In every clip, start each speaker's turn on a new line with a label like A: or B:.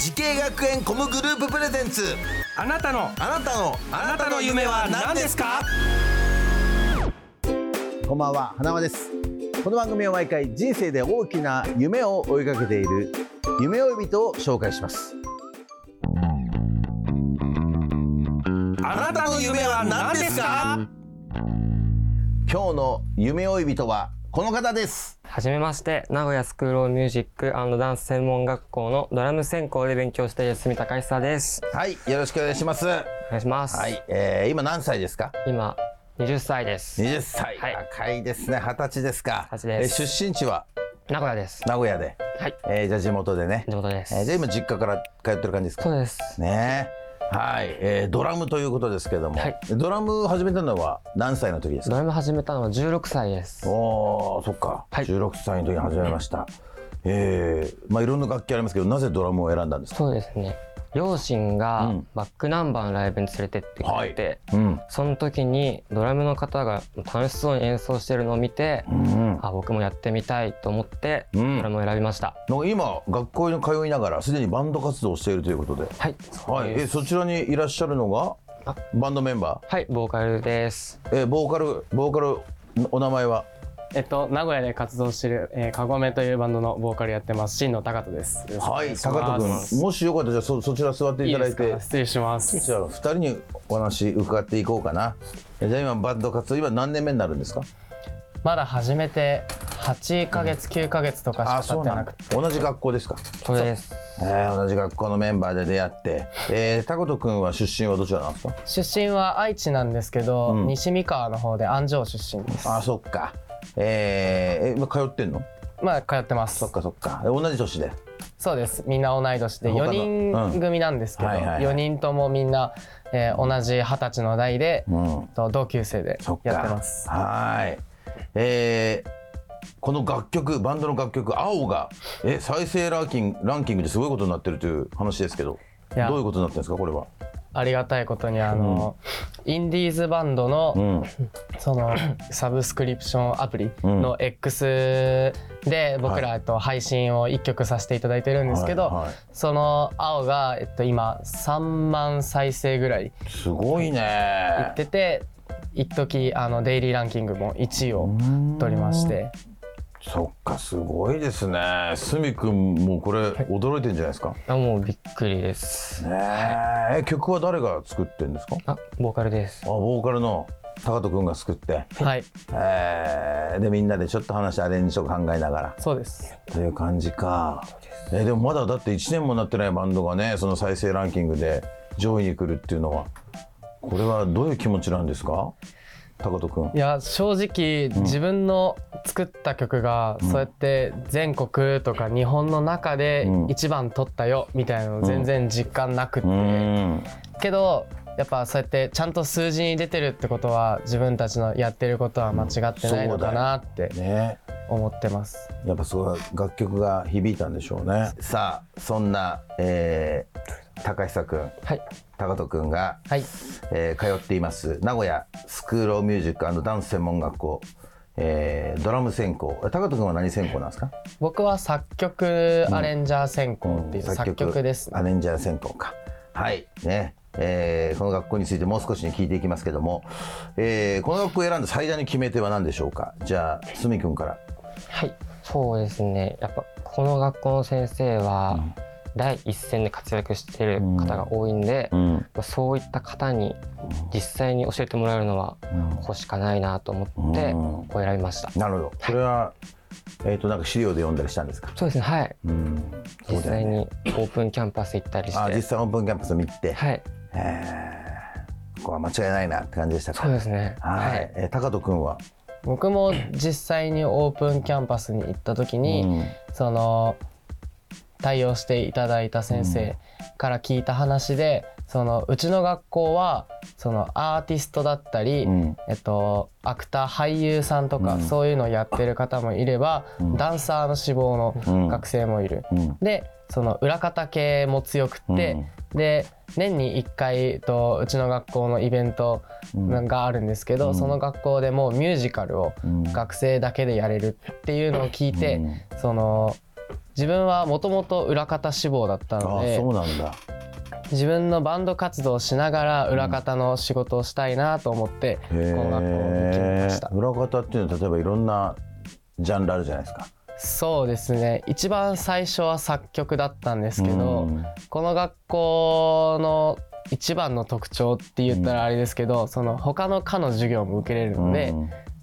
A: 時系学園コムグループプレゼンツ
B: あなたの
A: あなたのあなたの夢は何ですか
C: こんばんは花輪ですこの番組は毎回人生で大きな夢を追いかけている夢追い人を紹介します
A: あなたの夢は何ですか
C: 今日の夢追い人はこの方です
D: はじめまして、名古屋スクールオブミュージックダンス専門学校のドラム専攻で勉強している住高久です。
C: はいよろしくお願いしますは
D: お願いします。
C: い、えー、今何歳ですか
D: 今、20歳です。
C: 20歳、
D: はい
C: 若いですね二十歳ですか
D: 二十歳です
C: えー出身地は
D: 名古屋です。
C: 名古屋で、
D: はい。
C: えー、じゃあ地元でね
D: 地元です。
C: えー、じゃあ今実家から通ってる感じですか
D: そうです。
C: ねえはい、えー、ドラムということですけども、
D: はい
C: ドラム始めたのは何歳の時ですか
D: ドラム始めたのは16歳です。
C: おーそっか、
D: はい
C: 16歳の時に始めました、えーまあいろんな楽器ありますけどなぜドラムを選んだんですか
D: そうですね。両親
C: う
D: が
C: ん
D: バックナンバーのライブに連れてってくれて、
C: うん、
D: その時にドラムの方が楽しそうに演奏してるのを見て、
C: うん
D: あ、僕もやってみたいと思って、
C: うん
D: ドラムを選びました。
C: なんか今学校に通いながらすでにバンド活動をしているということで、
D: はい。
C: はいえそちらにいらっしゃるのが
D: あ
C: バンドメンバ
D: はい、ボーカルです。
C: ー、えーボーカルボーカルお名前は
E: えっと、名古屋で活動してる、えー、カゴメというバンドのボーカルやってます、真野高人です。
C: はい高
E: お願いし
C: 人
E: ます
C: 君もしよかったらじゃあそそちら座っていただい
E: いい
C: て
E: ですか失礼します。
C: じゃあ2人にお話伺っていこうかなえじゃあ今バンド活動今何年目になるんですか
E: まだ始めて8ヶ月、9ヶ月とかしか経って
C: な
E: なんく
C: だ
E: て。
C: 同じ学校ですか
D: そうです。
C: えー同じ学校のメンバーで出会って、えー、タコト君は出身はどちらなんですか
E: 出身は愛知なんですけど、
C: うん
E: 西三河の方で安城出身です。
C: あそっかえー、え今通ってんの
E: まあ、通ってます。
C: そっかそっかえ同じ年で
E: そうです。みんな同い年で、
C: 他の
E: 4
C: うん
E: 人組なんですけど、
C: はいはいはい
E: 4人ともみんな、えー同じ20歳の代で、
C: うん
E: と同級生で
C: そっか
E: やってます。
C: はーいえーこの楽曲バンドの楽曲「青が」え再生ランキングランキングですごいことになってるという話ですけど
E: いや
C: どういうことになってるんですかこれは、
E: ありがたいことに、あの、インディーズバンドの、
C: うん、
E: そ のサブスクリプションアプリの X で僕らえっと配信を1曲させていただいてるんですけど、
C: はいはい
E: その青がえっと今3万再生ぐらい
C: すごい
E: い
C: ね
E: ってて一時あのデイリーランキングも1位を取りまして
C: そっかすごいですねすみくんもこれ驚いてんじゃないですか、
D: あ、もうびっくりです。
C: ねえ、え曲は誰が作ってんですかあ
D: あ、ボーカルです。
C: ボーカルの高人くんが作って、
E: はい
C: えーでみんなでちょっと話アレンジとか考えながら
E: そうです
C: という感じかえーでもまだだって1年もなってないバンドがねその再生ランキングで上位に来るっていうのはこれはどういう気持ちなんですか高人くん
E: いや正直自分の作った曲がそうやって全国とか日本の中で
C: うん
E: 1番取ったよみたいなの全然実感なくて。
C: うん
E: けどやっぱそうやってちゃんと数字に出てるってことは自分たちのやってることは間違ってないのかなって
C: ね
E: 思ってます。
C: やっぱすごい楽曲が響いたんでしょうねさあそんな、えー、高久くん
D: はい。
C: 高人くんが
E: はい、
C: えー通っています名古屋スクール・オブ・ミュージックダンス専門学校、えードラム専攻え高人君は何専攻なんですか
E: 僕は作曲アレンジャー専攻ってい
C: う
E: う
C: ん
E: 作曲ですね、
C: アレンジャー専攻かはいねえーこの学校についてもう少しに聞いていきますけども、えーこの学校を選んだ最大の決め手は何でしょうかじゃあすみ君から
D: はい。そうですね。やっぱ、この学校の先生は、第一線で活躍している方が多いんで、
C: ん
D: まあそういった方に実際に教えてもらえるのは、ここしかないなと思って、
C: うん
D: ここを選びました。
C: なるほどそれは、えー、となんか資料で読んだりしたんですか
D: そうですね。はい。
C: うんそ
D: 実
C: うだ
D: 際
C: よね
D: にオープンキャンパス行ったりし
C: あ実
D: て。
C: 際オープンキャンパス見て、
D: はい。
C: えーここは間違いないなって感じでしたか
D: そうですね。
C: はい、。えー、高人君は、
E: 僕も実際にオープンキャンパスに行った時に、その対応していただいた先生から聞いた話で、そのうちの学校はそのアーティストだったり、
C: うん
E: えっと、アクター俳優さんとか、
C: うん
E: そういうのをやってる方もいれば、
C: うん
E: ダンサーの志望
C: うん
E: の学生もいる。
C: うん
E: でその裏方系も強くって、で年に1回えっとうちの学校のイベント
C: うん
E: があるんですけど、
C: うん
E: その学校でもうミュージカルを
C: うん
E: 学生だけでやれるっていうのを聞いて、
C: うん
E: その自分はもともと裏方志望だった
C: あ
E: の
C: あ
E: で
C: そうなんだ
E: 自分のバンド活動をしながら裏方の仕事をしたいなと思って、
C: へ
E: この学校に決めま
C: え
E: した
C: 裏方っていうのは例えばいろんなジャンルあるじゃないですか
E: そうですね一番最初は作曲だったんですけど、
C: うん
E: この学校の一番の特徴って言ったらあれですけど、その他の科の授業も受けれるので、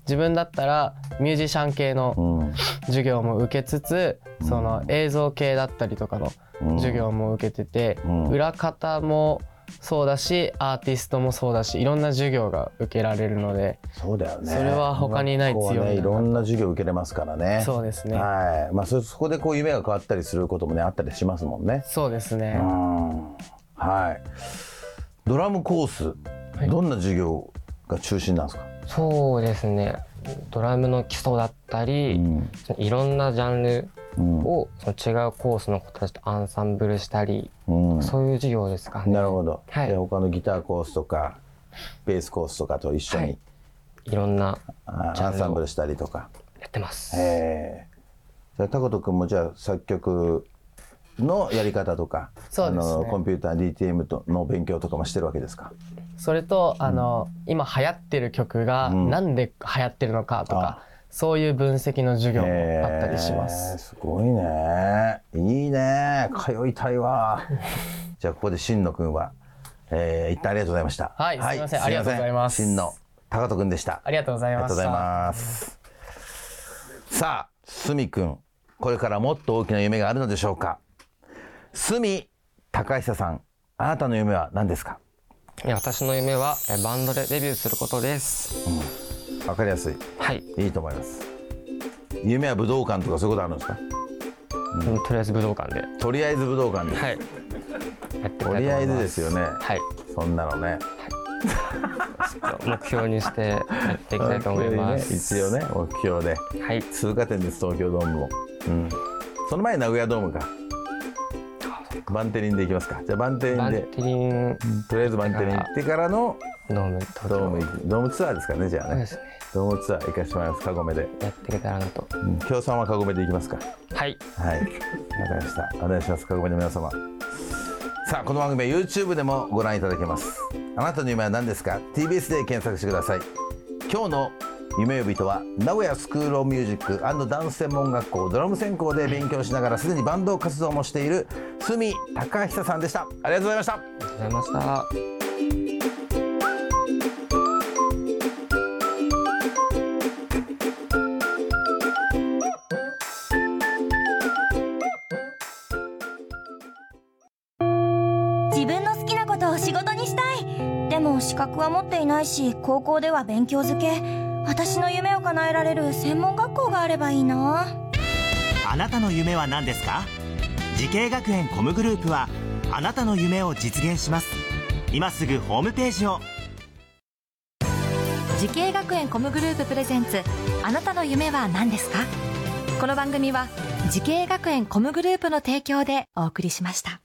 E: 自分だったらミュージシャン系
C: う
E: の
C: んうん
E: 授業も受けつつ、その映像系だったりとかの
C: うん
E: 授業も受けてて、
C: うん
E: 裏方もそうだしアーティストもそうだしいろんな授業が受けられるので
C: そうだよね
E: それは他にない強みだな
C: ここはねいろんな授業受けれますからね
E: そうですね
C: はいまあそそこでこう夢が変わったりすることもねあったりしますもんね
E: そうです
C: う
E: ね
C: んはいドラムコース、
E: はい
C: どんな授業が中心なんですか、
D: そうですねドラムの基礎だったり、
C: ん
D: そのいろんなジャンル
C: うん
D: をその違うコースの子たちとアンサンブルしたり、
C: うん
D: そういう授業ですかね
C: なるほど、
D: はい
C: で他のギターコースとかベースコースとかと一緒に、
D: はいいろんな
C: あ
D: ジャンルを
C: アンサンブルしたりとか
D: やってます
C: ええじゃあタコト君もじゃあ作曲のやり方とか、
E: そうですね
C: あのコンピューター DTM との勉強とかもしてるわけですか
E: それとあの、今流行ってる曲が
C: うん
E: なんで流行ってるのかとか、そういう分析の授業もあったりします
C: へえ。すごいねいいね通いたい わじゃあここでしんのくんは、えー、一旦ありがとうございました
E: はいすいませんありがとうございます
C: しんの高人くんでした
E: ありがとうござ
C: あり
E: い
C: が
E: ま
C: とう
E: し
C: ござい
E: た。
C: ます。さあ、すみくん、これからもっと大きな夢があるのでしょうか。すみ、高久さん、あなたの夢は何ですか。
D: え私の夢はえバンドでデビューすることです
C: わかりやすい、
D: はい、
C: いいと思います。夢は武道館とかそういうことあるんですか。
D: うんとりあえず武道館で
C: とりあえず武道館で。
D: はいやってみたいと
C: と
D: 思います
C: りあえずですよね。
D: はい
C: そんなのね。
D: 目標にしてやっていきたいと思いま す、
C: 一応ね、目標で。
D: はい
C: 通過点です東京ドームも、うん、その前に名古屋ドームかバンテリンで行きますかじゃあバンテリ
D: バ
C: ン
D: ン
C: で
D: テリン
C: とりあえずバンテリン行ってからの
D: ドーム東京
C: ドーム行きドームツアーですかねじゃあ
D: そう
C: ね
D: ですね
C: ドームツアー行かしてもらいますカゴメで、
D: やっていけたらなと
C: うん、協賛はカゴメで行きますか
D: はい
C: はいわかりましたお願いしますカゴメの皆様さあこの番組は YouTube でもご覧いただけますあなたの夢は何ですか TBS で検索してください今日の夢呼びとは名古屋スクール・オブ・ミュージックダンス専門学校ドラム専攻で勉強しながらすでにバンド活動もしている角高久さんでしたありがとうございました
D: ありがとうございました
F: 自分の好きなことを仕事にしたいでも資格は持っていないし高校では勉強づけ私の夢を叶えられる専門学校があればいいな
G: あなたの夢は何ですか時系学園コムグループはあなたの夢を実現します今すぐホームページを
H: 時系学園コムグループプレゼンツあなたの夢は何ですかこの番組は時系学園コムグループの提供でお送りしました